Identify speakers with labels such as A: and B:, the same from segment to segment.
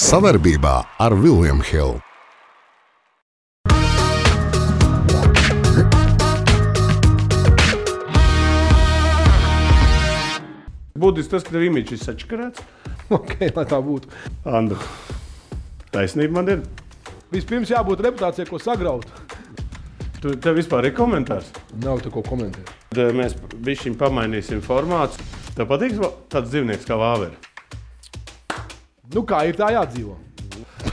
A: Savaarbībā ar Vilniem Hilu.
B: Būtiski tas, ka tev imidžs ir sačakarēts.
C: Okay, lai tā būtu.
B: Andra, taisnība man ir.
C: Vispirms jābūt reputācijai, ko sagraut.
B: Tu, tev vispār ir komentārs.
C: Nav tā ko komentēt.
B: Tad eh, mēs visi pamainīsim formātu. Tev patīk va- tāds dzīvnieks kā vāveres.
C: Nu, kā ir tā jādzīvo?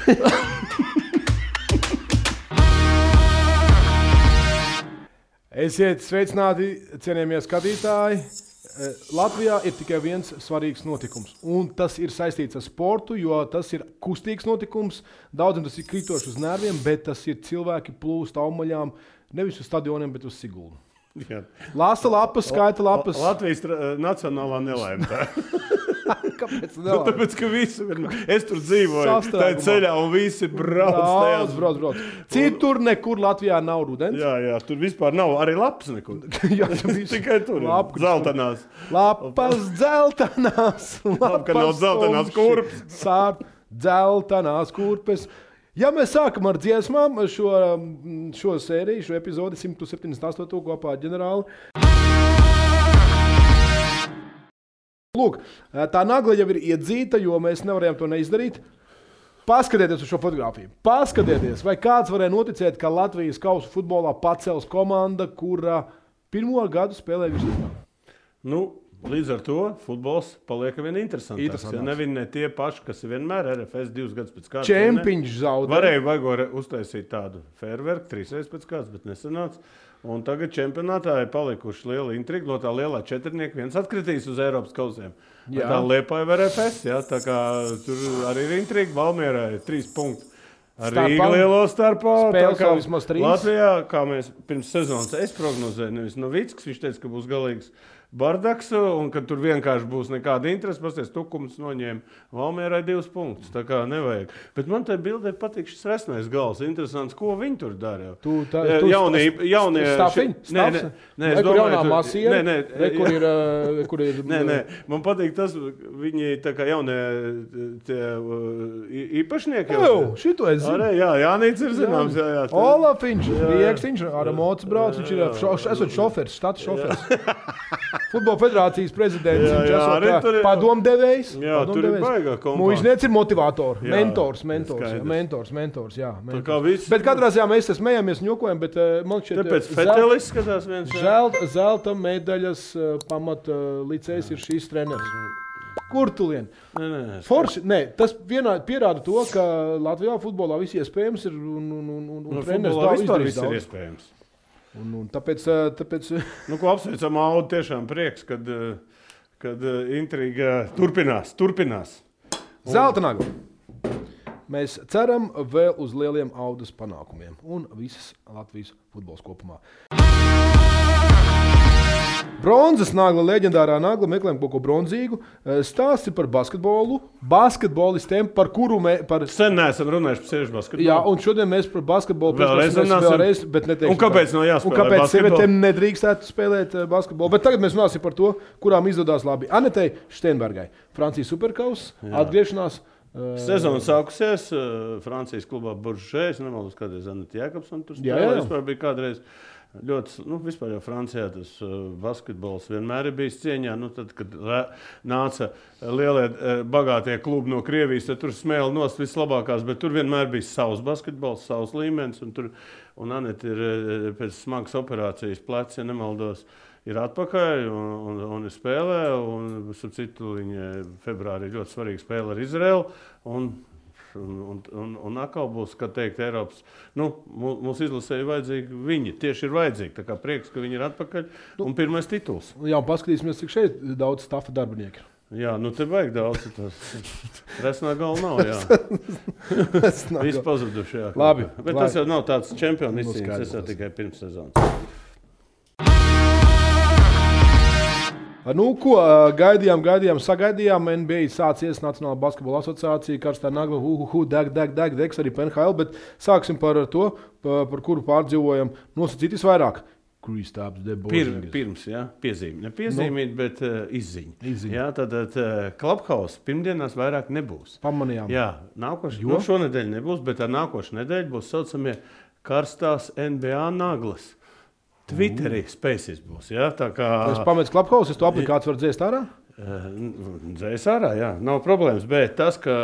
C: Esiet sveicināti, cienījamie skatītāji. Eh, Latvijā ir tikai viens svarīgs notikums, un tas ir saistīts ar sportu, jo tas ir kustīgs notikums. Daudziem tas ir kritoši uz nerviem, bet tas ir cilvēki plūst augaļām nevis uz stadioniem, bet uz Sigūnu. Lasa lapas, skaita lapas.
B: Latvijas tra- eh, nacionālā nelaime. tā.
C: Kāpēc?
B: Nu,
C: nelaiž?
B: Tāpēc, ka visi ir. Es tur dzīvoju, tā ir
C: Sastrēgumā.
B: ceļā, un visi brauc
C: Brauc,
B: tajās.
C: brauc, brauc. Citur nekur Latvijā nav rudens.
B: Jā, jā, tur vispār nav arī labs nekur.
C: Jā,
B: Tikai tur.
C: Lapas,
B: Zeltenās.
C: lapas dzeltenās.
B: Labi, ka nav dzeltenās kurpes.
C: Sāp dzeltenās kurpes. Ja mēs sākam ar dziesmām šo, mm, šo sēriju, šo epizodi 178. kopā ar ģenerāli. Lūk, tā nagla jau ir iedzīta, jo mēs nevarējām to neizdarīt. Paskatieties uz šo fotografiju. Paskatieties, vai kāds varēja noticēt, ka Latvijas kausa futbolā pacels komanda, kura pirmo gadu spēlēja vislabāk.
B: Nu, līdz ar to futbols paliek vien interesantāks.
C: Interesantāks.
B: Ja nevinē tie paši, kas vienmēr ir RFS divus gadus pēc kārtas.
C: Čempiņš
B: ne?
C: zaudēja.
B: Varēja vaigot uztaisīt tādu ferverku, trīs reizes pēc kārtas, bet nesanāca. Un tagad čempionātā ir palikuši liela intriga. No tā lielā četrnieka viens atkritīs uz Eiropas kausiem.
C: Jā.
B: Jā. Tā liepa ir RFS. Jā, tā kā tur arī ir intriga. Valmierā ir trīs punkti.
C: Starpā.
B: Arī lielo starpā.
C: Spēles
B: tā kā
C: vēl vismaz trīs.
B: Latvijā, kā mēs pirms sezonas es prognozēju, nevis Novickis, viņš teica, ka būs galīgs bardaks un ka tur vienkārši būs nekāda interese. Pasties, tukums noņēma Valmierai divus punktus. Tā kā nevajag. Bet man tajā bildē patīk šis resnais gals. Interesants, ko viņi tur darīja.
C: Tu tā-
B: Eh,
C: tu
B: jaunie,
C: st-
B: jaunie
C: Stafiņ?
B: šie- Nē, nē,
C: Stafs?
B: nē, es
C: Re, kur
B: domāju,
C: jaunā
B: tur-
C: masīva
B: nē, nē,
C: Re,
B: eh,
C: kur ir, eh, kur ir
B: Nē, nē, man patīk tas, ka viņi tā kā jaunie tie, uh, i- īpašnieki.
C: Jū, šito es zinu.
B: Arī, jā, Jānis ir zināms. Jā, jā, tā-
C: Olafiņš,
B: Jā, jā.
C: Rieksniņš, ar mocu brauc, viņš ir
B: Jā, jā.
C: šo, šo- esot šofers, štata šofers. Futbola federācijas prezidents,
B: Jā,
C: viņš
B: jā, arī
C: esot
B: tur
C: kā
B: ir-
C: padomdevējs.
B: Jā, tur ir baigā kompānija.
C: Mūžniec ir motivators,
B: Jā,
C: mentors, mentors, jā,
B: skaidrs.
C: mentors, mentors, jā. mentors.
B: kā viss-
C: Bet katrā ziņā mēs te smējamies, ņokojam, bet eh, man šķiet,
B: Tāpēc
C: eh, zel-
B: Fetelis skatās viens no
C: zelta, zelta medaļas eh, pamata licējs ir šīs treneris. Kur tu lien?
B: tiem.
C: Forši, nē, tas vienā, pierāda to, ka Latvijā futbolā viss iespējams ir. Un, un, un, un, un
B: Nu,
C: treneris
B: futbolā
C: daudz
B: vispār
C: izdarīs
B: viss ir
C: daudz.
B: iespējams.
C: Un, un tāpēc, eh, tāpēc
B: Nu, ko apsveicam, Audi, tiešām prieks, kad, eh, kad eh, intriga turpinās. turpinās.
C: zelta nagla. Mēs ceram vēl uz lieliem audas panākumiem un visas Latvijas futbols kopumā. Bronzas nagla, leģendārā nagla, meklējam kaut ko bronzīgu. Eh, Stāsti par basketbolu, basketbolistiem, par kuru mēs. Par...
B: Sen neesam runājuši par sievišu basketbolu.
C: Jā, un šodien mēs par basketbolu
B: Vēlreiz
C: pieskarsimies
B: runāsim.
C: vēlreiz, bet neteiksim
B: Un kāpēc
C: tā.
B: nav jāspēlē
C: Un kāpēc
B: basketbolu?
C: sievietēm nedrīkstētu spēlēt eh, basketbolu? Bet tagad mēs runāsim par to, kurām izdodas labi. Anetei Steinbergai, Francijas superkaus, atgriešanās. eh,
B: Sezona sākusies eh, Francijas klubā Buržē. Es nemaldos, kādreiz Anita Jēkabsona tur
C: Jā,
B: spēlēja.
C: jā.
B: Vispār bija kādreiz ļoti, s- nu, vispār jau Francijā tas eh, basketbols vienmēr ir bijis cieņā. Nu, tad, kad re- nāca lielie eh, bagātie klubi no Krievijas, tad tur smēla nost vislabākās, bet tur vienmēr bija savs basketbols, savs līmenis. Un, tur- un Anita ir eh, pēc smagas operācijas plecs, ja nemaldos. Ir atpakaļ un, un, un ir spēlē. Un, starp citu, viņa februārī ļoti svarīga spēle ar Izraelu. Un Un, un, un, un atkal būs, kā teikt, Eiropas. Nu, mū- mūsu izlasē ir vajadzīgi viņi. Tieši ir vajadzīgi. Tā kā prieks, ka viņi ir atpakaļ.
C: Nu.
B: Un pirmais tituls.
C: Jā, un paskatīsimies, cik šeit daudz stafa darbinieku. ir.
B: Jā, nu te vajag daudz. Resnā gala nav. Jā,
C: Tas nav
B: viss
C: ko-
B: pazuduši. Jā,
C: Labi,
B: Bet
C: labi.
B: tas jau nav tāds čempionu
C: Nu,
B: izcīņas.
C: skaidrs.
B: Tas jau tikai pirms sezonas.
C: Nu, ko eh, gaidījām, gaidījām, sagaidījām. NBA sācies Nacionāla basketbola asociācija, karstā nagla, huhuhu, deg, deg, deg, degs arī PNHL. Bet sāksim par to, pa- par kuru pārdzīvojam. Nosacīt visvairāk. Kristaps
B: Pirms,
C: Deboļs.
B: pirms ja, piezīme. Ne piezīmīt, nu, bet uh, izziņa.
C: Izziņa.
B: Jā, tad uh, Clubhouse pirmdienās vairs nebūs.
C: Pamanījām.
B: Jā, nākošais.
C: Jo?
B: Jo nu, šonadēļ nebūs, bet ar nākošo nedēļu būs tā saucamie karstās NBA naglas. Twitterī spēcīgs būs. Jā, tā kā
C: Es pametu klaphaus, es to aplikāciju varu dzēst ārā.
B: dzēs ārā, jā, nav problēmas. Bet tas, ka,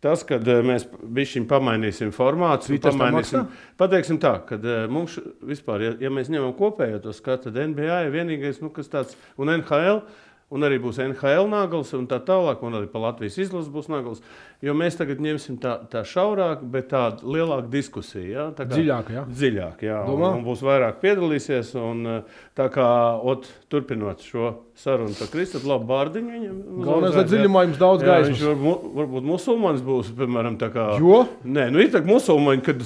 B: tas kad eh, mēs bijām pamainīsim formātu,
C: Twitters tam
B: pamainīsim,
C: maksā?
B: pateiksim tā, ka mums š- vispār, ja, ja mēs ņemam kopējo to skatu, tad NBA ir vienīgais, nu, kas tāds un NHL. Un arī būs NHL nagls, un tā tālāk, un arī pa Latvijas izlases būs nagls. Jo mēs tagad ņemsim tā, tā šaurāk, bet tādu lielāku diskusiju. Ja? Tā kā-
C: Dziļāk, jā.
B: Dziļāk, jā. Un,
C: Domā?
B: un būs vairāk piedalīsies. Un, eh, tā kā, ot, turpinot šo sarunu, tad Kristofers labi bārdiņu viņam.
C: Galvenais, lai
B: uzaudzēt,
C: dziļumā jums daudz
B: jā. Jā,
C: gaismas.
B: Viņš var, mu- varbūt musulmanis būs, piemēram, tā kā.
C: Jo?
B: Nē, nu ir tā, ka musulmaņi, kad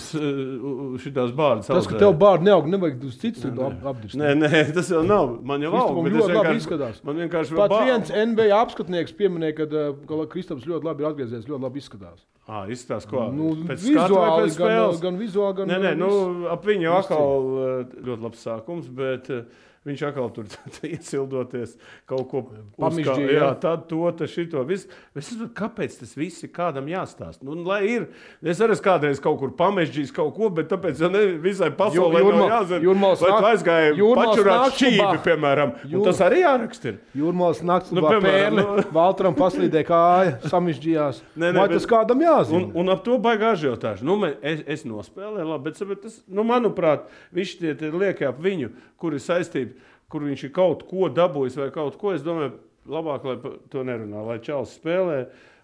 B: šīs bārdas
C: Tas, ka tev bārdi neaug, nevajag uz citu tur ap- apdirst.
B: Nē, nē, tas jau nav. Man jau
C: Kristupam
B: aug, bet
C: ļoti
B: es
C: labi
B: vienkārši-
C: izskatās.
B: Man vienkārši vēl
C: Pat
B: bā-
C: viens NBA apskatnieks pieminēja, ka uh, Kristaps ļoti labi ir atgriezies, ļoti labi izskatās.
B: Ā, izskatās, ko
C: Nu,
B: pēc skatu vai
C: vizuāli,
B: pēc
C: gan,
B: spēles?
C: uh, gan vizuāli, gan
B: Nē, nē,
C: uh,
B: nu,
C: viss.
B: ap viņu
C: viss
B: atkal eh, ļoti labs sākums, bet eh, viņš atkal tur iesildoties kaut ko
C: Pamišģīja,
B: uzkā-
C: jā.
B: Jā, tad to, tad šito. Viss, es saprotu, kāpēc tas viss ir kādam jāstāsta. Nu, un lai ir, es arī esmu kādreiz kaut kur pamežģījis kaut ko, bet tāpēc jau ne visai pasaulē
C: Jū-
B: Jū,
C: Jūrmā-
B: nav jāzina.
C: Jūrmāls
B: vai tu
C: nāk-
B: aizgāji
C: Jūrmāls
B: pačurāt
C: nāk
B: šķīvi,
C: klubā.
B: piemēram.
C: Jūr-
B: Un tas arī jāraksta. ir.
C: Jūrmālas naktas
B: Nu,
C: nu,
B: piemēram,
C: pērle,
B: nu.
C: Valtram paslīdēja kāja, samišģījās.
B: Nē, nē,
C: Vai
B: bet-
C: tas
B: Un,
C: kādam jāzina?
B: un ap to baigās jautājumu. Nu, man- es, es nospēlēju, labi, bet, bet tas, nu, manuprāt, visi tie, tie liekie ap viņu, kur ir saistība, kur viņš ir kaut ko dabūjis vai kaut ko. Es domāju, labāk, lai pa- to nerunā, lai Čāls spēlē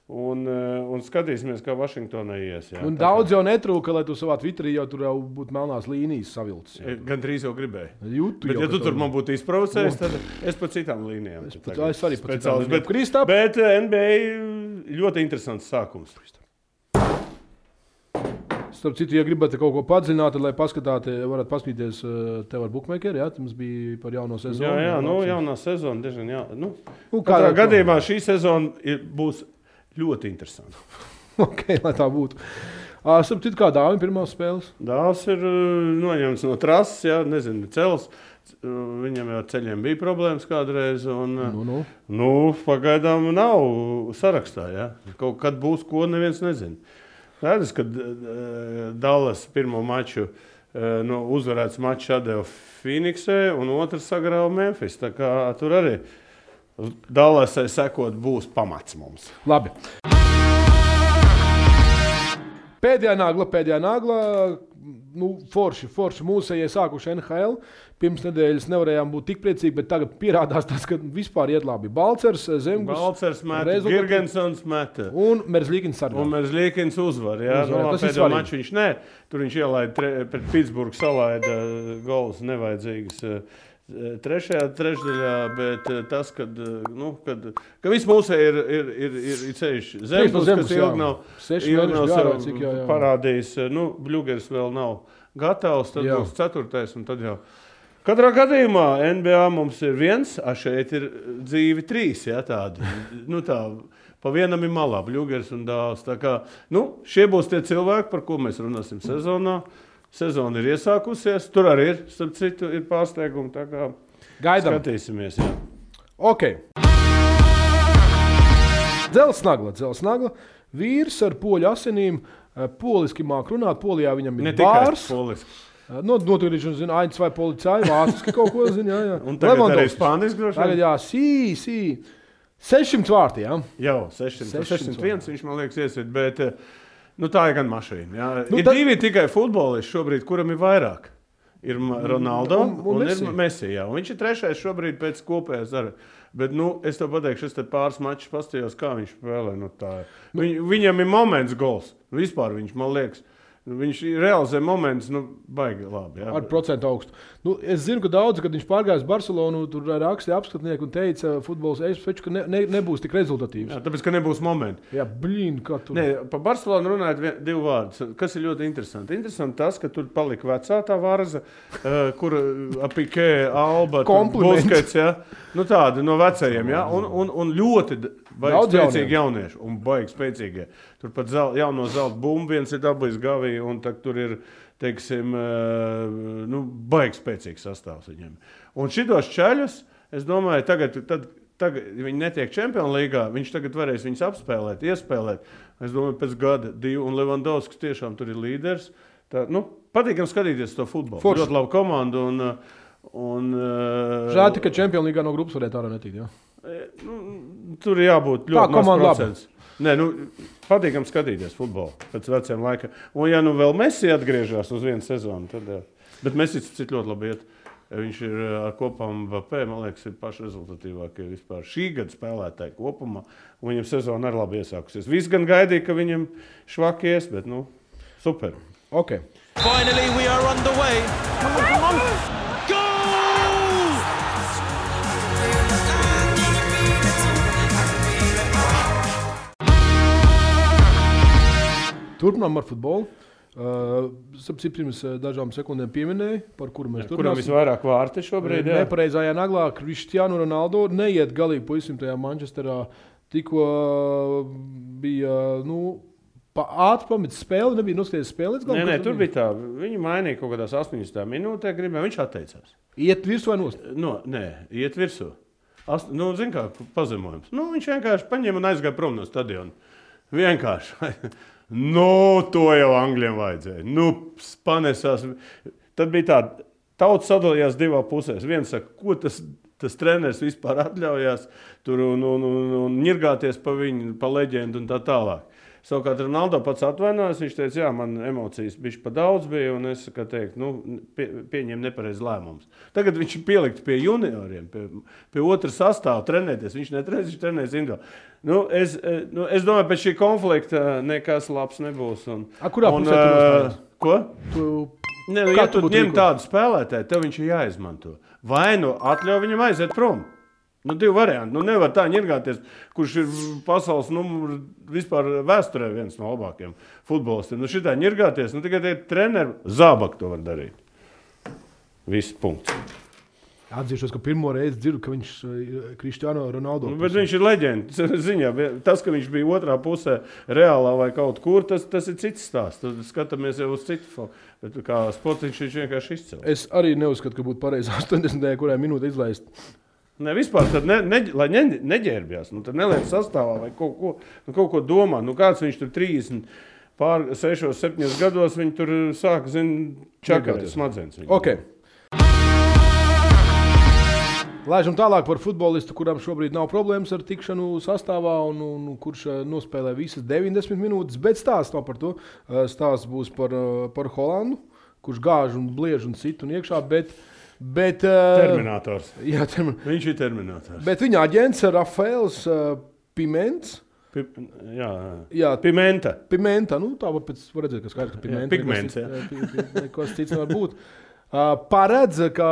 B: un, eh, un skatīsimies, kā Vašingtonai ies. jā.
C: Un
B: Tā
C: daudz jau netrūka, lai tu savā Twitterī jau tur jau būtu melnās līnijas savilcis.
B: kā- Gan drīz jau gribēju.
C: Jūtu,
B: Bet,
C: jau,
B: ja
C: ka
B: tu
C: tev-
B: tur man būtu izprovocējis, tad es pa citām līnijām. Es,
C: pat- es arī pa citām līnijām.
B: Bet,
C: Kristap!
B: bet eh, NBA ļoti interesants sākums.
C: Starp citu, ja gribat kaut ko padziļināt, tad, lai paskatāties, varat paskatīties eh, tev ar Bookmakeru. Jā, tas mums bija par jauno sezonu.
B: Jā, jā, nu, jaunā sezona diezgan jā. Nu,
C: Nu,
B: Katrā
C: kādā-
B: gadījumā šī sezona ir, būs ļoti interesanta.
C: okay, lai tā būtu. Ā, Starp citu, kā dāvana pirmās spēles.
B: Dāvs ir uh, noņemts no trases, jā, nezinu, cels. C- uh, Viņam jau ar ceļiem bija problēmas kādreiz. Un, nu.
C: Nu, nu.
B: Nu, pagaidām nav sarakstā. Jā. Kaut kad būs ko, neviens nezina. Redzēs, ka uh, Dallas pirmo maču uh, no uzvarēts mačs atdeva Phoenixē, un otrs sagrāva Memphis. Tā kā tur arī Dallasai sekot būs pamats mums.
C: Labi. Pēdējā nagla, pēdējā nagla, nu, forši, forši mūsējie sākuši NHL. Pirms nedēļas nevarējām būt tik priecīgi, bet tagad pierādās tas, ka vispār iet labi. Balcers, Zemgals
B: Balčers meta,
C: rezultāti-
B: Girgensons meta.
C: un Merzlīkins arī.
B: Un Merzlīkins uzvar. Jā,
C: Uzvar,
B: nu,
C: tas ir
B: pēdējo
C: svarīgi.
B: maču viņš ne. Tur viņš ielaida tre, pret Pitsburgu, salaida eh, golus nevajadzīgas. eh, eh, Trešajā trešdaļā, bet eh, tas, kad, eh, nu, kad ka viss mūsu ir, ir, ir, ir, ir ceļš
C: Ceļš no
B: zemes,
C: zemes,
B: kas
C: jā.
B: ilgi nav,
C: Seši
B: ilgi nav
C: mēneši garā,
B: sev
C: cik, jā, jā.
B: parādījis. eh, Nu, Bļūgers vēl nav gatavs, tad
C: Jā.
B: būs ceturtais un tad jau. Katrā gadījumā NBA mums ir viens, a šeit ir dzīvi trīs. Jā, tādi, nu, tā, pa vienam ir malā, bļūgers un dāvs. Tā Kā, nu, šie būs tie cilvēki, par ko mēs runāsim sezonā. Sezona ir iesākusies, tur arī ir, starp citu, ir pārsteigumi. tā kā
C: Gaidām.
B: Skatīsimies, jā.
C: Ok. Dzelsnagla, dzelsnagla. Vīrs ar poļu asinīm. eh, Poliski māca runāt, polijā viņam
B: Ne
C: ir
B: tikai
C: bārs. Eh,
B: polis.
C: No, noturīšu, un zinu, ains vai policāji, vāciski kaut ko zina. Jā, jā.
B: Un tagad arī
C: Levandovskis.
B: spānis droši
C: Tagad,
B: vien.
C: jā, sī, sī. 600 vārti, jā.
B: Jau 600,
C: 600
B: 601 viņš man liekas iesiet, bet eh, nu, tā ir gan mašīna. Jā.
C: Nu,
B: Nu, ir
C: tad-
B: tad... divi tikai futbolisti šobrīd, kuram ir vairāk. Ir Ma- Ronaldo
C: un-
B: un, un,
C: un
B: un ir
C: Messi.
B: Messi. jā. Un Viņš ir trešais šobrīd pēc kopējās darbs. Bet nu, es tev pateikšu, es te pāris mačus paskatījos, kā viņš spēlē. Nu, tā ir. Viņ, viņam ir moments, gols. Vispār viņš man liekas. nu, Viņš realizē momentus, nu, baigi labi. jā.
C: Ar procentu augstu. Nu, es zinu, ka daudzi, kad viņš pārgāja uz Barcelonu, tur rakstīja apskatnieki un teica, ka futbols es peču, ka ne, ne, nebūs tik rezultatīvs.
B: Jā, tāpēc, ka nebūs momenti.
C: Jā, blīn, kā tur.
B: Nē, par Barcelonu runājot, vien, divi vārdi. Kas ir ļoti interesanti? Interesanti tas, ka tur palika vecā tā varza, eh, kur apikē Alba,
C: Kompliments.
B: Buskets, ja? nu tāda no vecajiem. Ja? Un, un, un ļoti d-
C: Daudz
B: Daudz spēcīgi jaunieši un baigi spēcīgie. Turpat zel, jauno zelta bumbu viens ir dabūjis Gavija, un tad tur ir teiksim, eh, nu, baigi spēcīgs sastāvs viņiem. Un šitos ceļus, es domāju, tagad, tad, tagad ja viņi netiek Champions League, viņš tagad varēs viņus apspēlēt, iespēlēt. Es domāju, pēc gada, divu, un Levandovskis tiešām tur ir līderis. Tā, nu, patīkam skatīties to futbolu.
C: Forši.
B: Ļoti laba komanda. Un, eh, un, eh,
C: Žēl, tikai Champions League no grupas varētu ārā netikt. Jā.
B: Nu, tur ir jābūt
C: Tā
B: ļoti mazam
C: komanda laba.
B: procentam. Nē, nu, patīkam skatīties futbolu pēc veciem laikiem. Un, ja nu vēl Messi atgriežas uz vienu sezonu, tad. jā. Bet Messi cits ļoti labi iet. Viņš ir ā, ar kopām VP, man liekas, ir pašrezultatīvākie vispār šī gada spēlētāji kopumā. Un Viņam sezona arī labi iesākusies. Viss gan gaidīja, ka viņam švakies, bet nu, super.
C: Okay.
D: Finally, we are underway. Come on, come on. Goal!
C: Turpinām ar futbolu. Uh, Sapratu, pirms uh, dažām sekundēm pieminēju, par kuru mēs Eh,
B: Kuram visvairāk vārti šobrīd? jā?
C: Nepareizajā naglā Kristiānu Ronaldu neiet galīgi puisim tajā Manchesterā. Tikko uh, bija nu, pa ātri pametis spēli, nebija noskaties spēli. līdz galam, nu,
B: Nē, nē,
C: kas
B: tur bija tā. Viņi mainīja kaut kādās 80 minūtēs, gribēja, viņš atteicās.
C: Iet virsū vai nost?
B: No, nē, iet virsū. As, nu, zin kā, pazemojums. Nu, viņš vienkārši paņēma un aizgāja prom no stadiona. Vienkārši. nu, to jau Anglijam vajadzēja. Nu, spanesās. Tad bija tā, tauta sadalījās divās pusēs. Viens saka, ko tas, tas treneris vispār atļaujās tur un, un, un, un ņirgāties pa viņu, pa leģendu un tā tālāk. Savukārt Ronaldo pats atvainojās. Viņš teica, jā, man emocijas bija par daudz, bija, un es kā teikt, nu, pie, pieņēmu nepareizu lēmumu. Tagad viņš ir pielikts pie junioriem, pie, pie otras sastāvā, trenēties. Viņš netrenēs, viņš trenēs individuāli. Nu, es, eh, nu, es domāju, pēc šī konflikta e, nekas labs nebūs. Un,
C: A, kurā
B: un,
C: pusē tu
B: eh,
C: nostājies?
B: Ko?
C: Tu...
B: Ne, nu,
C: Kā
B: ja
C: tu
B: tu
C: būtu
B: ņem
C: rīkojies?
B: tādu spēlētāju, tev viņš ir jāizmanto. Vai nu atļauj viņam aiziet prom? Nu, divi varianti. Nu, nevar tā ņirgāties, kurš ir pasaules numurs vispār vēsturē viens no labākajiem futbolistiem. Nu, šitā ņirgāties, nu, tikai tie treneri zābak to var darīt. Viss punkts.
C: Atzīšos, ka pirmo reizi dzirdu, ka viņš uh, ir Kristiāno Ronaldu.
B: Nu, bet viņš ir leģenda. Ziņā, tas, ka viņš bija otrā pusē, reālā vai kaut kur, tas, tas ir cits stāsts. Tad skatāmies jau uz citu. fo- Bet kā sports viņš vienkārši izcēlās.
C: Es arī neuzskatu, ka būtu pareizi 80. kurā minūtē izlaist.
B: Ne, vispār tad ne, ne, lai ne, neģērbjās, nu, tad neliec sastāvā vai kaut ko, nu, kaut ko domā. Nu, kāds viņš tur 30, pār 6, 7 gados viņš tur sāk čakarēt
C: Iedoties.
B: smadzenes. viņam.
C: Okay. Lēžam tālāk par futbolistu, kuram šobrīd nav problēmas ar tikšanu sastāvā, un, un kurš eh, nospēlē visas 90 minūtes. Bet stāsts nav par to. Eh, Stāsts būs par, eh, par Holandu, kurš gāž un bliež un sit un iekšā. Bet, bet, eh,
B: Terminators.
C: Jā, termin...
B: Viņš ir terminators.
C: bet viņa aģents Rafaels eh, Piments.
B: Pi, jā,
C: Jā,
B: pimenta.
C: Pimenta, nu, tā var pēc- var redzēt, ka skaidrs, ka pimenta. eh,
B: pigments, jā.
C: Kas cits nevar būt. Uh, paredz, ka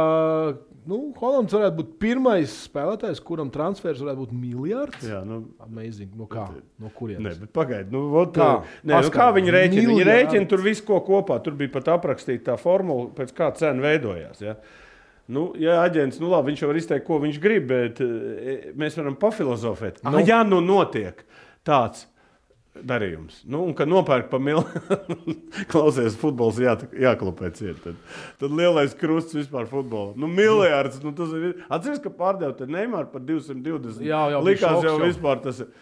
C: nu, Holands varētu būt pirmais spēlētājs, kuram transfers varētu būt miljards.
B: Jā, nu,
C: Amazing. No kā? No
B: Nē,
C: kurienes?
B: bet pagaidi, nu, vot,
C: Kā?
B: kā? Nē, nu, kā
C: Paskatās.
B: viņi rēķina? Viņi
C: Miljardi.
B: rēķina tur visu ko kopā. Tur bija pat aprakstīta tā formula, pēc kā cena veidojās. Ja? Nu, ja aģents, nu labi, viņš jau var izteikt, ko viņš grib, bet eh, mēs varam pafilozofēt. Nu.
C: Nu.
B: Ja nu notiek tāds darījums, nu, un ka nopērk pa miljonu, klausies, futbols jā, jāklopē ciet, tad, tad lielais krusts vispār futbolā. Nu, miljards, nu, tas ir. Atceries, ka pārdevot Neimaru par 220.
C: Jā, jau bija šoks
B: likās jau
C: jau.
B: vispār tas. ir.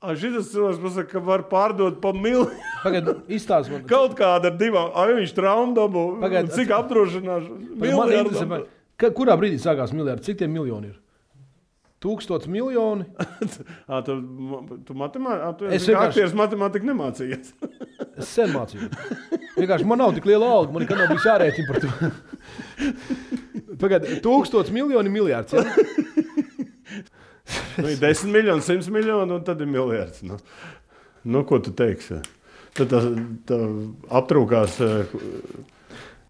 B: A, Šis cilvēks man saka, ka var pārdot par miljonu.
C: Tagad nu, izstāsti man.
B: Kaut kāda ar divām, ah, viņš traumu dabū.
C: Pagaid,
B: Cik apdrošināšana?
C: Tagad man interesē, man- ka- Kurā brīdī sākās miljards? Cik tie miljoni ir? Tūkstots miljoni.
B: À, tu ma- tu matemātikā,
C: Es
B: es vienkārši...
C: vienkārši-
B: aktieris matemātikā nemācījies.
C: Es sen mācīju. Vienkārši man nav tik liela alga, man nekad nav bijis jārēķina par to. Pagaidiet, tūkstots miljoni miljards. Ja?
B: nu, ir 10 miljoni, 100 miljoni un tad ir miljards. Nu, nu ko tu teiksi? Tad tas tā aptrūkās. eh,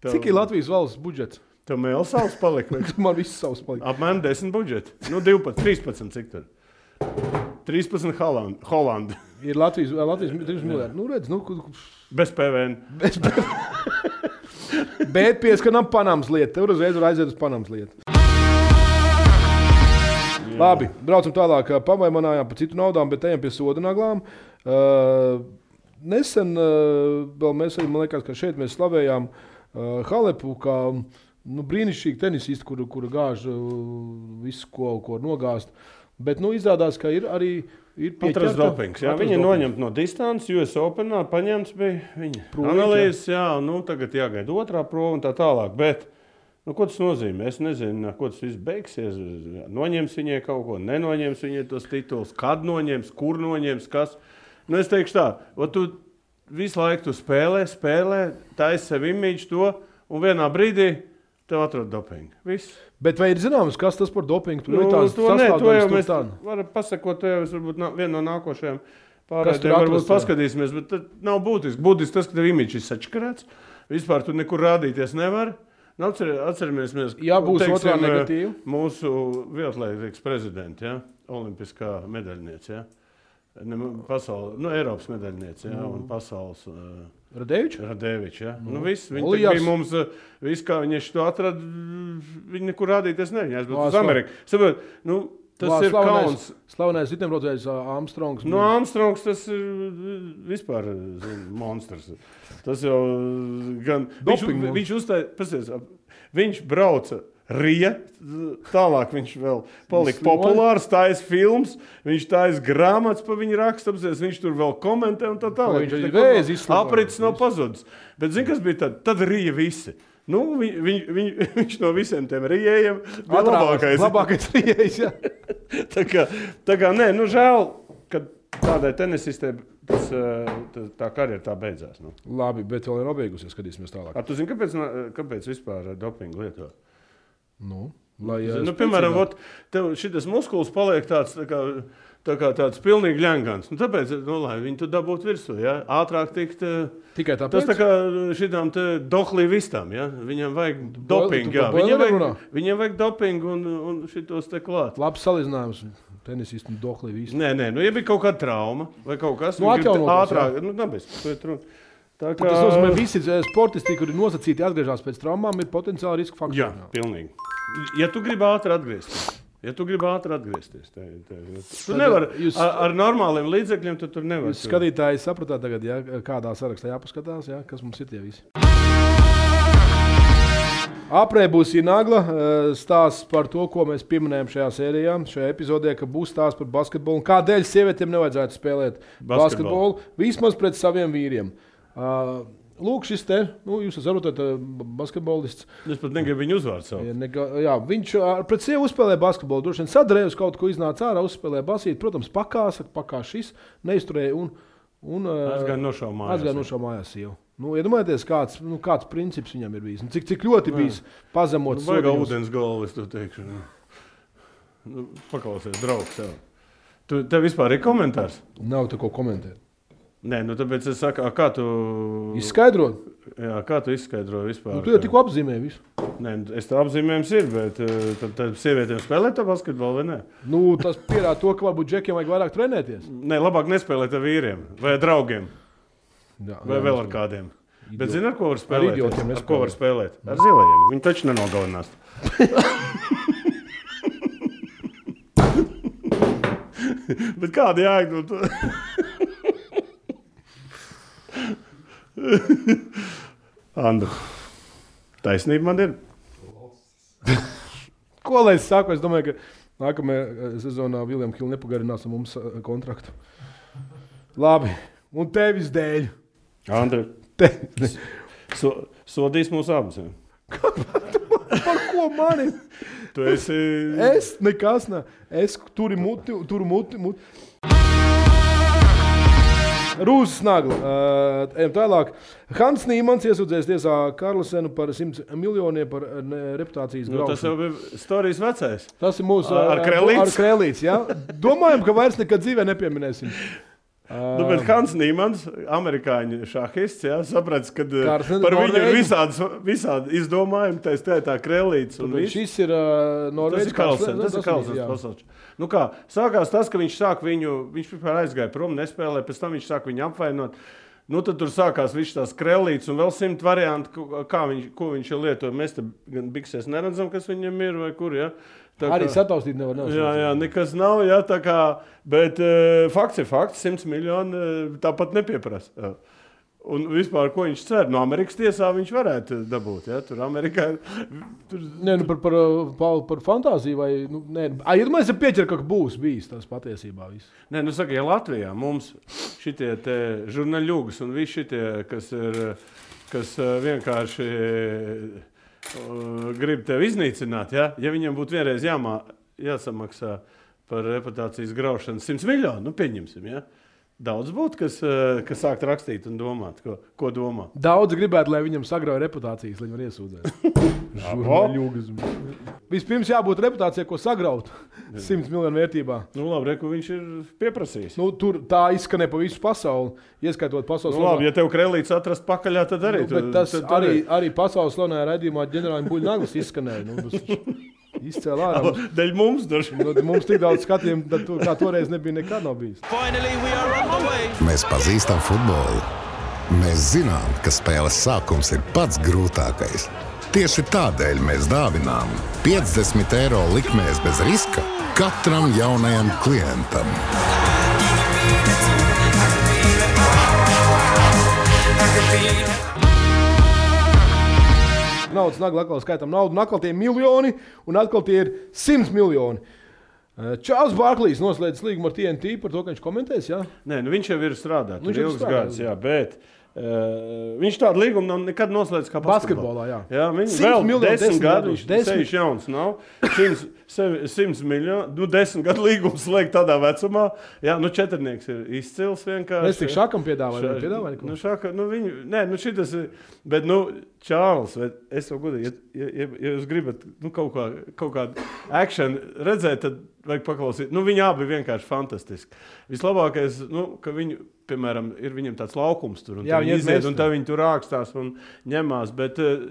B: Tev,
C: Cik ir Latvijas valsts budžets?
B: Tev mēls savs palika. vai
C: Man viss savs palika.
B: Nu, Apmēram 10 budžeti. Nu, 12, 13, cik tur? 13 Holand- Holanda.
C: Ir Latvijas, ā, Latvijas 3 miljardi. Nu, redz, nu, ku- ku-
B: Bez PVN.
C: bet pieskanām Panamas lietu. Tev uzreiz var aiziet uz Panamas lietu. Labi, braucam tālāk. Pamainījām par citu naudām, bet ejam pie soda naglām. Uh, nesen uh, vēl mēs arī, man liekas, ka šeit mēs slavējām uh, Halepu. Kā, Nu, brīnišķīgi tenisisti, kuru, kuru gāž uh, visu, ko, ko nogāzt. Bet nu, izrādās, ka ir arī ir
B: Patras
C: pieķerta-
B: dopings. Jā,
C: atrast
B: viņa ir
C: dopings.
B: noņemta no distances, US Openā paņemts bija viņa
C: Prūvīt,
B: analīzes, jā, un nu, tagad jāgaida otrā prova un tā tālāk. Bet, nu, ko tas nozīmē? Es nezinu, ko tas viss beigsies. Noņems viņai kaut ko, nenoņems viņai tos titulus, kad noņems, kur noņems, kas. Nu, es teikšu tā, o, tu visu laiku tu spēlē, spēlē, taisa sev imīģi to, un vienā brīdī tev atrod dopingu. Viss.
C: Bet vai ir zināms, kas tas par dopingu? Tur
B: Nu,
C: ir tās
B: to, nē, to jau mēs
C: tādā.
B: varam pasakot. To jau es varbūt nā, vienu no nākošajiem
C: Kas tur
B: pārādēm varbūt
C: atrasts, jā?
B: paskatīsimies. Bet tad nav būtiski. Būtiski tas, ka tev imidžs ir sačkarēts. Vispār tu nekur rādīties nevari. Nu, atcer, atceramies, mēs,
C: Ja būs otrā negatīva?
B: Mūsu vietlaiks prezidents, ja? olimpiskā medaļniece. Ja? Ne, pasaules, nu, Eiropas medaļniece ja?
C: Nu.
B: mm. un pasaules. Uh,
C: Radēvičs?
B: Radēvičs. Ja? Nu, viss, viņa
C: Olijas.
B: Olijas. bija mums, eh, viss, kā viņa to atrada, viņa nekur rādīties nevienās, bet uz
C: Vāslav-
B: Ameriku. Saprot, nu, tas Vā, ir kauns.
C: Slavenais riteņbraucējs ā, Armstrongs.
B: Nu,
C: bija.
B: Armstrongs tas ir eh, vispār eh, zini, monstrs. Tas jau eh, gan viņš,
C: Doping monstrs.
B: viņš uzstāja, pasies, viņš brauca. Rija, tālāk viņš vēl palika
C: Viņš
B: populārs, taisa filmas, viņš taisa grāmatas par viņu rakstāpsies, viņš tur vēl komentē un tā tālāk.
C: Viņš arī
B: nekad nav-
C: vēzi izsludināja.
B: Aprits nav pazudis. Bet zini, kas bija tad? Tad rija visi. Nu, viņ, viņ, viņ, viņš no visiem tiem rījējiem bija
C: Atrāvās.
B: labākais.
C: Labākais rīējs, jā.
B: Tā kā, tā kā nē, nu žēl, ka tādai tenisistē tas, eh, tā, tā karjera tā beidzās. Nu.
C: Labi, bet vēl ir nobeigusies, skatīsimies tālāk.
B: Ar, tu zini, kāpēc, na- kāpēc vispār eh, dopingu lietot?
C: Nu, lai, ā,
B: Nu,
C: spēcīgāk.
B: piemēram, ot, tev šis muskulis paliek tāds. Tā kā, Tā kā tāds pilnīgi ļaungans. Nu, tāpēc, nu, lai viņi tur dabūtu virsū, ja? ātrāk tikt. eh,
C: tikai
B: Tas
C: tāpēc,
B: tā kā šīm dohlīvistām, ja? viņam vajag dopingu.
C: tu
B: jā.
C: par boileru
B: Viņam vajag,
C: runā?
B: viņam vajag dopingu un, un šitos te klāt.
C: labs salīdzinājums tenisistu un dohli visu.
B: Nē, nē, nu, ja bija kaut kāda trauma vai kaut kas
C: Nu,
B: viņi grib
C: atjaunoties,
B: ātrāk, nu, dabis, ko ir runa. Tā kā
C: Tas nozīmē, ka visi ā, sportisti, kuri nosacīti atgriežas pēc traumām, ir potenciāli riska faktori.
B: Jā, pilnīgi. Ja tu gribi ātri atgriezties, ja tu gribi ātri atgriezties, tad tu
C: Tad uh,
B: nevari jūs...
C: jūs-
B: ar, ar normāliem līdzekļiem, tad tur nevar.
C: Jūs skatītāji sapratāt, tagad, ja, kādā sarakstā jāpaskatās, ja, kas mums ir tie visi. Aprē būs īnagla eh, stāsts par to, ko mēs pieminējām šajā sērijā, šajā epizodē, ka būs stāsts par basketbolu un kādēļ sievietēm nevajadzētu spēlēt basketbolu,
B: Basketbolu.
C: basketbolu vismaz pret saviem vīriem. Uh, lūk, šis te, nu, jūs esat rotēt, basketbolists.
B: Es pat negribu viņu uzvārdu savu.
C: Ja Nega, jā, viņš ar- pret sevi uzspēlēja basketbolu. Droši vien sadarījās kaut ko iznāca ārā, uzspēlēja basīt. Protams, pakāsa, pakāsa šis neizturēja un, un ā,
B: Es gan nošaubu mājās.
C: aizgāja no šā mājās jau. Nu, Iedomājieties, kāds, nu, kāds princips viņam ir bijis. Nu, Cik, cik ļoti bijis pazemots.
B: Vai kā
C: sodījums.
B: Nu, ūdens galva, es to teikšu. Nu. Nu, paklausies, draugs. Tev. Tu, tev vispār ir komentārs?
C: Nav tā ko komentēt.
B: Nē, nu tāpēc es saku, ā, kā tu,
C: Izskaidrot,
B: jā, kā tu izskaidro vispār?
C: nu, tu jau
B: ka-
C: tikko apzīmēji visu.
B: Nē, nu, es tam apzīmējums ir, bet eh, tad, tad sievietēm spēlē to basketbolu vai nē?
C: Nu, tas pierāda to, ka varbūt džekiem vajag vairāk trenēties.
B: Nē, labāk nespēlēt ar vīriem, vai ar draugiem,
C: Jā,
B: vai
C: jā,
B: vēl ar kādiem. Bet
C: Idioti.
B: zini, ar ko var spēlēt?
C: idiotiem
B: ar
C: nespēlē.
B: ko var spēlēt? Ar zilajiem. Viņi taču nenogalinās. Bet kāda jēga? no tā? Andru, taisnība man ir.
C: Ko lai es saku? Es domāju, ka nākamajā eh, sezonā Viljams Hilde nepagarinās ar mums eh, kontraktu. Labi, un tevis dēļ.
B: Andru,
C: Tevis dēļ.
B: so, sodīs mūs abus. ja?
C: Par ko man ir?
B: Tu esi.
C: Es nekas ne. Es tur muti, tur muti, muti. Rūzas nagla. Uh, ejam tālāk. Hans Nīmans iesūdzēs tiesā Karlsenu par 100 miljoniem par eh, ne- reputācijas
B: Nu, tas jau
C: graušanu.
B: bija stāstījis vecais.
C: Tas ir mūsu
B: Ar
C: eh,
B: krēlītes?
C: Ar krēlītes, jā. Domājam, ka vairs nekad dzīvē nepieminēsim.
B: Nu,
C: Ah.
B: bet Hans Nīmans, amerikāņu šahists, jā, saprata, ka eh,
C: Karlsen,
B: par viņu ir
C: Norvēģi.
B: visādas, visādi izdomājumi, tā skaitā krēlītes un
C: Bet
B: viss.
C: Šis ir uh,
B: Tas
C: Norvēģis.
B: ir Kalsons. Tas ir Kalsons pasaules. Nu kā, sākās tas, ka viņš sāk viņu, viņš vispār aizgāja prom, nespēlēja, pēc tam viņš sāk viņu apvainot. Nu, tad tur sākās viss tās krēlītes un vēl simt variantu, ko- kā viņš, ko viņš ir lietojis. Mēs te gan biksēs neredzam, kas viņam ir vai kur. Ja? Tā
C: Arī
B: kā-
C: sataustīt nevar. nevar
B: Jā, jā,
C: sataustīt.
B: nekas nav. Jā, tā kā, bet uh, fakts ir fakts. 100 miljoni uh, tāpat nepieprasa. Jā. Un vispār, ko viņš cer? No Amerikas tiesā viņš varētu dabūt. Jā, tur Amerikā tur
C: Nē, nu par, par, uh, par, par fantāziju vai. Nu, nē, nu, ai, iedomājieties, ja pieķer, ka būs bijis tas patiesībā. Viss.
B: Nē, nu saka, ja Latvijā mums šitie te žurnāļūgas un visi šitie, kas ir, kas eh, vienkārši eh, grib tevi iznīcināt, ja, ja viņiem būtu vienreiz jāmā, jāsamaksā par reputācijas graušanu 100 miljonu, nu pieņemsim, ja. Daudz būtu, kas, eh, kas sākt rakstīt un domāt, ko, ko domā.
C: Daudz gribētu, lai viņam sagrauj reputācijas, lai viņu var iesūdzēt. Žurnāļūgas. Vispirms jābūt reputācijai, ko sagraut 100 miljonu vērtībā.
B: Nu labi, re, ko viņš ir pieprasījis. Nu,
C: Nu, tur tā izskanē pa visu pasauli, ieskaitot pasaules
B: nu, labi, ja tev krellīts atrast pakaļā, tad arī.
C: Nu, bet
B: tu-
C: tas
B: tad- tad
C: arī, arī pasaules slavenā raidījumā ģenerālim Buļbuļsaktas izskanēja. Nu, tas izcēlā ārā.
B: arī. Daļ mums daži.
C: Nu, Mums tik daudz skatījumu, tad to, kā toreiz nebija nekad nav bijis.
D: Finally, we are on the way.
A: Mēs pazīstam futbolu. Mēs zinām, ka spēles sākums ir pats grūtākais. Tieši tādēļ mēs dāvinām 50 eiro likmēs bez riska katram jaunajam klientam.
C: Naudas nagla atkal skaitām naudu, un atkal tie ir miljoni, un atkal tie ir simts miljoni. Eh, Čārls Barklīs noslēdz līgumu ar TNT par to, ka viņš komentēs. Ja?
B: Nē, nu viņš jau ir strādājis.
C: Viņš
B: Viņš
C: ir
B: ir ilgs
C: strādājis.
B: gads, jā, bet uh, viņš tādu līgumu nav nekad noslēdzis kā basketbolā.
C: Basketbolā, jā.
B: jā viņš
C: 100
B: vēl
C: miljonu,
B: 10
C: 10 gadu,
B: gadu, viņš
C: desmit.
B: sevišķi jauns nav. 100, sevi- 100 miljonu, nu 10 gadu līgums slēgt tādā vecumā. Jā, nu četrnieks ir izcils vienkārši.
C: Es tikai šākam piedāvāju, vai piedāvāju
B: nu,
C: neko?
B: šāka, nu viņu, nē, nu šitas ir, bet, nu, Čārlis, vai es jau gudīgi, ja, ja, ja jūs gribat nu, kaut, kā, kaut kādu akciju redzēt, tad vajag paklausīt. Nu, viņi abi vienkārši fantastiski. Vislabākais, nu, ka viņi, piemēram, ir viņam tāds laukums tur, un
C: Jā,
B: Jā,
C: viņi
B: viņi
C: ir
B: iziet,
C: meistari.
B: un tā viņi tur rākstās un ņemās, bet, eh,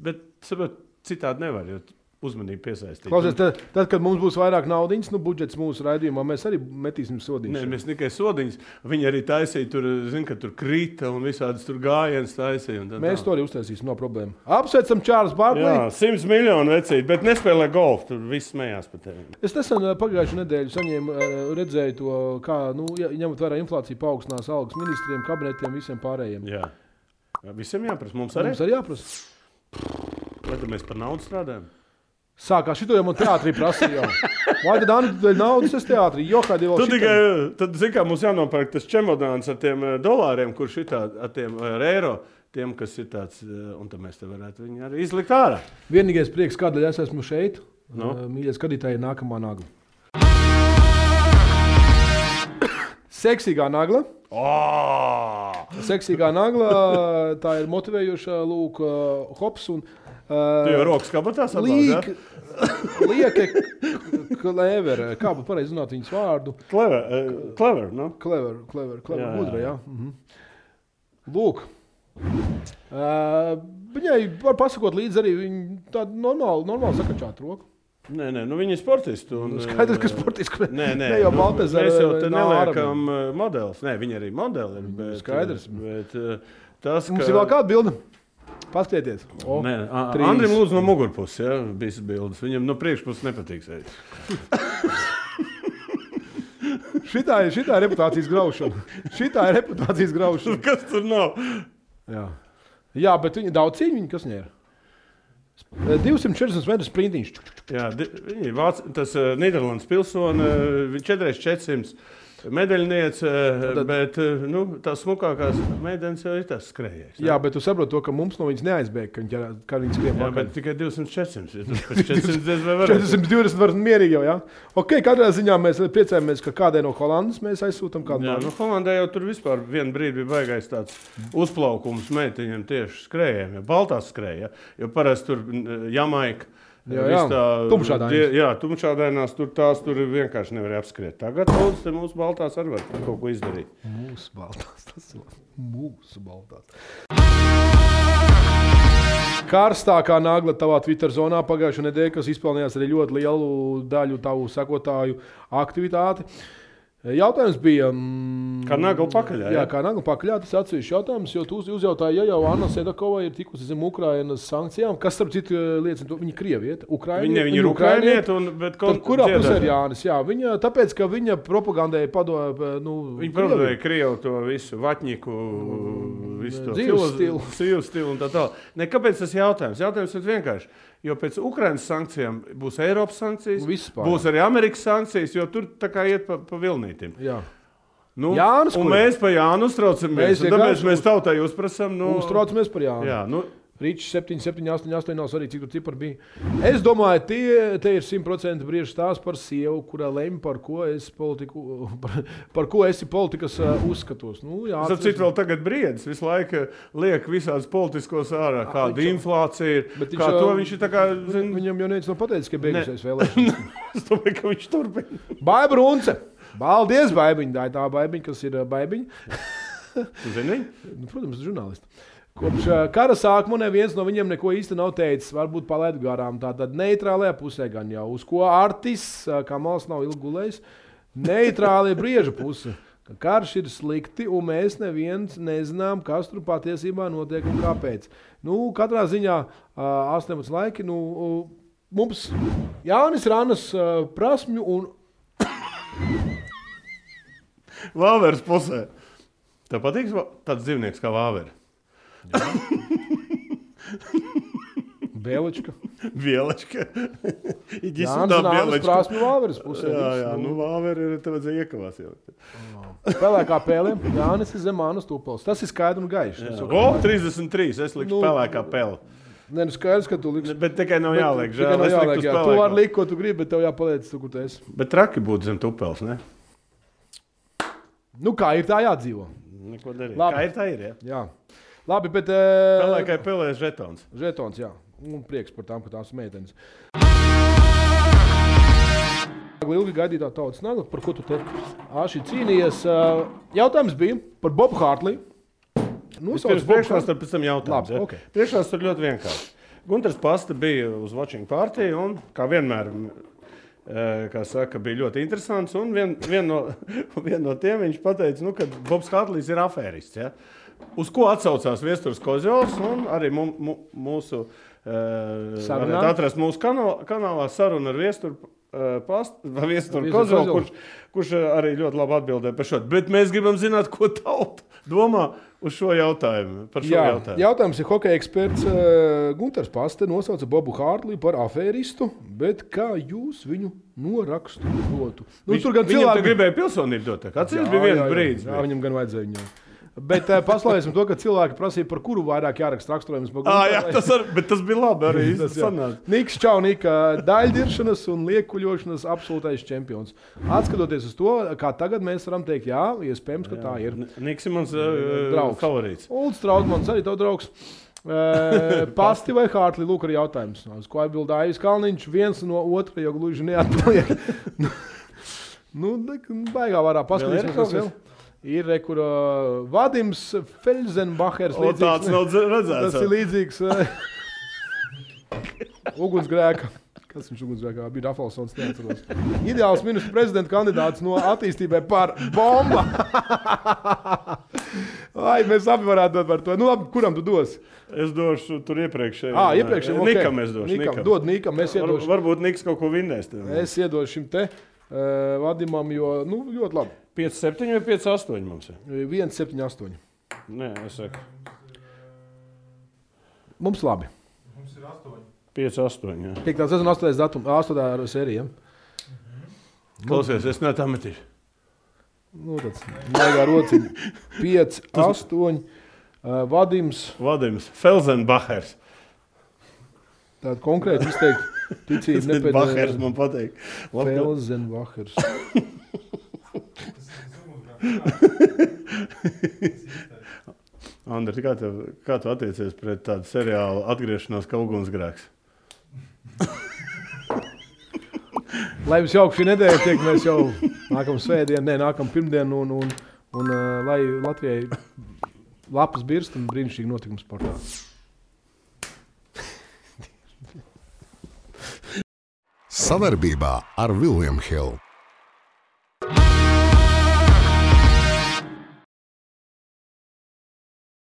B: bet saprat, citādi nevar, jo uzmanību piesaistīt.
C: Klausies, tad, tad, kad mums būs vairāk naudas, nu, budžets mūsu raidījumā, mēs arī metīsim
B: Nē,
C: sodīšanu.
B: mēs tikai sodiņus. Viņi arī taisīja, tur, zin, ka tur krita un visādas tur gājienas taisīja. un tā
C: Mēs
B: tā.
C: to arī uztaisīsim, no problēmas. Apsveicam Čārlis Barklīs!
B: Jā, 100 miljonu vecīt, bet nespēlē golfu. Tur viss smējās par tevi.
C: Es nesen eh, pagājušajā nedēļā saņēmu, eh, redzēju to, kā, nu, ja- ņemot vērā inflāciju, paaugstinās algas ministriem, kabinetiem, visiem pārējiem.
B: Jā. Jā, Visiem jāprasa. Mums
C: Arī?
B: arī
C: Mums arī jāprasa.
B: ir. Mēs par naudu strādājam.
C: Sākās šito jau man teātrī prasīja. Vai tad Anna dēļ naudas es teātrī? Jo kādi vēl
B: Tu
C: šitam?
B: tikai, tad, zini, kā mums jānopērk tas čemodāns ar tiem eh, dolāriem, kurš ir tāds, vai ar eiro, tiem, kas ir tāds, eh, un tad mēs te varētu viņu arī izlikt ārā.
C: Vienīgais prieks, kādēļ es esmu šeit,
B: Nu?
C: no. mīļie skatītāji, ir nākamā nagla. Seksīgā nagla.
B: Oh!
C: Seksīgā nagla, tā ir motivējoša, lūk, eh, hops. Un, eh,
B: Tu jau rokas kabatās
C: Liek,
B: atbalstā.
C: lieka klevera, kā pat pareizi zināt viņas vārdu.
B: Clever, eh, clever, nu?
C: Klevera, klevera, klevera
B: Jā, jā,
C: gudra,
B: jā.
C: jā. Mhm. Lūk. Uh, viņai var pasakot līdzi arī viņa tādu normālu, normālu sakačātu roku.
B: Nē, nē, nu viņi ir sportisti. Un,
C: Skaidrs, ka
B: eh,
C: sportiski.
B: Nē, nē, nu,
C: ne jau Baltas
B: mēs jau te neliekam eh, modeļus. Nē, viņi arī modeli ir. Bet,
C: Skaidrs.
B: eh, Bet, eh, tas,
C: Mums ir vēl kāda bilde. Paskatieties. O,
B: Nē, A-
C: trīs.
B: Andrim lūdzu no mugurpuses, ja, bija bildes. Viņam no priekšpuses nepatīk sēdēt.
C: šitā, ir- šitā ir reputācijas graušana. šitā ir reputācijas graušana.
B: Kas tur nav?
C: Jā, Jā bet viņi daudz cīņu, viņi kas nē. 240 metru sprintiņš. Čuk, čuk, čuk.
B: Jā, di- viņi ir Vāc, tas eh, Nīderlandes eh, pilsonis, 4400 medaļniece, eh,
C: Tad-
B: bet eh, nu, tās smukākās medaļas jau ir tas skrejējs. ne?
C: Jā, bet tu saproti, to, ka mums no viņas neaizbēga, ka viņi, ķerā- ka viņi skrien
B: Jā,
C: pakaļ.
B: bet tikai 200-400. Ja tas pēc 400 diez vai varētu.
C: 420 var mierīgi jau, jā. Ok, katrā ziņā mēs priecājamies, ka kādai no Holandas mēs aizsūtām kādu
B: Jā,
C: no
B: nu, Holandē jau tur vispār vienā brīdī bija baisais tāds uzplaukums meitenēm tieši skrejiem, ja baltās skrejā. Jo parasti tur n- jamaika.
C: Jā,
B: vis
C: jā. Tumšādainas.
B: die- Jā, tumšā dainās tur tās tur vienkārši nevarēja apskriet. Tagad lūdzu, te mūsu baltās arī var kaut ko izdarīt.
C: mūsu baltās. Tas ir labi. mūsu baltās. Karstākā nagla tavā Twitter zonā pagājušā nedēļa, kas izpelnījās arī ļoti lielu daļu tavu sekotāju aktivitāti. Jautājums bija. Mm,
B: Kā nagla pakaļā,
C: Jā,
B: jā?
C: kā nagla pakaļ. Tas ir atsevišķs jautājums, jo tu uz- uzjautāji, ja jau Anna Sedakova ir tikusi zem Ukrainas sankcijām, kas, starp citu, liecina, to- viņa ir krieviete. Ukraiņa,
B: Viņa, viņa ir ukrainiete, un bet
C: Tad,
B: kaut
C: kurā
B: dziedātāja.
C: pusē ir Jānis? Jā, viņa, tāpēc, ka viņa propagandēja padomu. Nu,
B: Viņi
C: Krievi.
B: parādīja krievu to visu vatņiku, visu to
C: Mm, dzīves
B: filo-
C: stilu.
B: dzīves stilu un tā tālāk. Ne, Kāpēc tas jautājums? Jautājums ir vienkārši. Jo pēc Ukraiņas sankcijām būs Eiropas sankcijas,
C: Viss pārējais.
B: būs arī Amerikas sankcijas, jo tur tā kā iet pa, pa vilnītim.
C: Jā.
B: Nu,
C: Jānis,
B: un
C: kur ir?
B: mēs pa Jānu uztraucamies.
C: Mēs
B: un Tāpēc
C: vienkārši
B: mēs tautai uzprasām. Nu,
C: Uztraucamies par Jānu.
B: Jā, nu,
C: Rīčs 7, 7, 8, 8, nav svarīgi, cik tur cipari bija. Es domāju, tie, tie ir 100% brīvs stāsts par sievu, kura lemj par ko es politiku, par, par ko esi politikas uh, uzskatos. Nu, jā,
B: Starp citu, vēl tagad briedis visu laiku liek visādas politiskos ārā, kāda
C: viņš jau-
B: inflācija ir.
C: Bet viņš
B: Kā
C: jau-
B: to viņš ir tā kā,
C: Viņ,
B: zin,
C: viņam jau neviens nav pateicis, ka beigusies vēlēšanas.
B: es domāju, ka viņš turpina.
C: Baiba Runce! Baldies, baibiņ! Tā ir tā baibiņa, kas ir ā, baibiņa.
B: Zini?
C: Nu, protams, žurnālisti. Kopš ā, kara sākuma neviens no viņiem neko īsti nav teicis. Varbūt palaidu garām. Tātad neitrālajā pusē gan jau. Uz ko Artis, ā, kā malas nav ilgi gulējis, neitrālajā brieža pusē. ka Karš ir slikti, un mēs neviens nezinām, kas tur patiesībā notiek un kāpēc. Nu, katrā ziņā ā, 18 laiki. Nu, u, mums Jānis Rānas ā, prasmju un
B: Vāveres pusē. Tev patīk va- tāds dzīvnieks kā vāveres.
C: Bēlička.
B: Bielečka. Viņa
C: Jānis Rānas prasmju Vāveres pusē.
B: Jā,
C: Viss,
B: jā, nu vāveri ir tev vajadzēja iekavās jau.
C: Pelēkā pēle, Jānis ir zemānas tūpels. Tas ir skaidrs un gaišs. Tas jau-
B: O, 33, es likšu
C: Nu,
B: pelēkā peli.
C: Nē, nu skaidrs, ka tu liksi.
B: Bet tikai nav jāliek,
C: Tikai
B: žēl.
C: nav
B: es
C: jāliek,
B: liktu uz
C: jā. Tu vari
B: pelēko.
C: likt, ko tu gribi, bet tev jāpaliec tur, kur tu esi.
B: Bet traki būtu zem tupels, ne?
C: Nu kā ir tā jādzīvo.
B: Neko darīt.
C: Labi.
B: Kā ir, tā ir, jā.
C: Jā. Labi, bet... eh,
B: Pelēkai pelē žetons.
C: Žetons, jā. Un prieks par tām, ka tās ir meitenes. Ilgi gaidītā tautas nagla, par ko tu te āši cīnījies. ā, Jautājums bija par Bobu Nu, Hārtlī.
B: Pirms priekšās, tad pēc tam jautājums.
C: Labi,
B: ja?
C: ok.
B: Priekšās tur ļoti vienkārši. Gunārs Pasta bija uz Watching Party un, kā vienmēr, m, eh, kā saka, bija ļoti interesants. Un vien, vien, no, vien no tiem viņš teica, nu, ka Bobs Hartlīs ir afērists. Ja? Uz ko atsaucās Viestures Kozjovs un arī mu, mu, mūsu. eh,
C: Sarunā?
B: varat Atrast mūsu kanā- kanālā sarunu ar Viesturu. eh, Pastu, vai Viesturu
C: Viestoru
B: Kozolu,
C: Kozolu.
B: kurš kurš eh, arī ļoti labi atbildēja par šo. Bet mēs gribam zināt, ko tauta domā uz šo jautājumu. Par šo
C: Jā,
B: jautājumu.
C: jautājums ir hokeja eksperts uh, Gunārs Paste nosauca Bobu Hārlī par afēristu, bet kā jūs viņu noraksturotu? Nu,
B: Viņš-
C: tur gan
B: viņam
C: cilvēki
B: tur gribēja pilsonību dot. Atcerieties,
C: Jā,
B: bija viens
C: jā, jā,
B: brīdis.
C: Jā, viņam gan vajadzēja viņu. Bet uh, paslēdzam to, ka cilvēki prasīja, par kuru vairāk jāraksta raksturojums.
B: Ah,
C: par Guntaru
B: jā,
C: vai-
B: tas, ar, bet tas bija labi arī.
C: Tas,
B: tas
C: jā.
B: sanāca.
C: Niks Čaunika daļdiršanas un liekuļošanas absolūtais čempions. Atskatoties uz to, kā tagad mēs varam teikt, jā, iespējams, ka jā. tā ir.
B: N- Niks ir mans uh,
C: Draugs.
B: favorīts.
C: Ulds Trautmans, arī tev draugs. Eh, Pasti vai Hārtaļs, lūk, arī jautājums. Uz ko atbildēja Aivis Kalniņš? Viens no otra jau gluži neatpaliek. nu, ne- baigā
B: Vēl
C: varā
B: ir
C: paskatīties,
B: kaut
C: kas vēl ir. Ir kur uh, Vadims Felsenbachers.
B: O, tāds nav dze- redzēts.
C: Tas ir līdzīgs eh, ugunsgrēka. Kas viņš ugunsgrēkā bija? Rafalsons, neatceros. Ideāls ministra prezidenta kandidāts no attīstībai par bombu. Lai mēs abi varētu dot par to. Nu, labi, kuram tu dos?
B: Es došu tur iepriekšēju.
C: Jā, iepriekš
B: okay. Nikam es došu.
C: Nikam.
B: Nikam.
C: Dod Nikam, es
B: Var,
C: iedošu.
B: varbūt Niks kaut ko vinnēs.
C: Es iedošu šim te uh, vadimam, jo nu, ļoti labi. Eh,
B: 5, 7 vai 5, 8 mums ir.
C: 1, 7, 8.
B: Nē, es saku.
C: Mums labi.
B: 5, 8. Jā.
C: 5, 8, 8, 8 sērija.
B: Klausies, es ne tā metīšu.
C: Nu, tāds maigā rociņa. 5, 8, vadims.
B: Vadims Felsenbachers.
C: Tāda konkrēta izteikta ticība
B: Tas ir Bahers,
C: nepēdējais.
B: man patīk. Labi, ka-
C: Felsenbachers.
B: Andri, kā, tev, kā tu attiecies pret tādu seriālu atgriešanos kā ugunsgrēks?
C: Lai jums jauka šī nedēļa, tiek mēs jau nākamā svētdiena, nē, nākamā pirmdiena, un, un, un ā, lai Latvijai lapas birst un brīnišķīgi notikums sportā.
A: Savarbībā ar Vilnius Hilu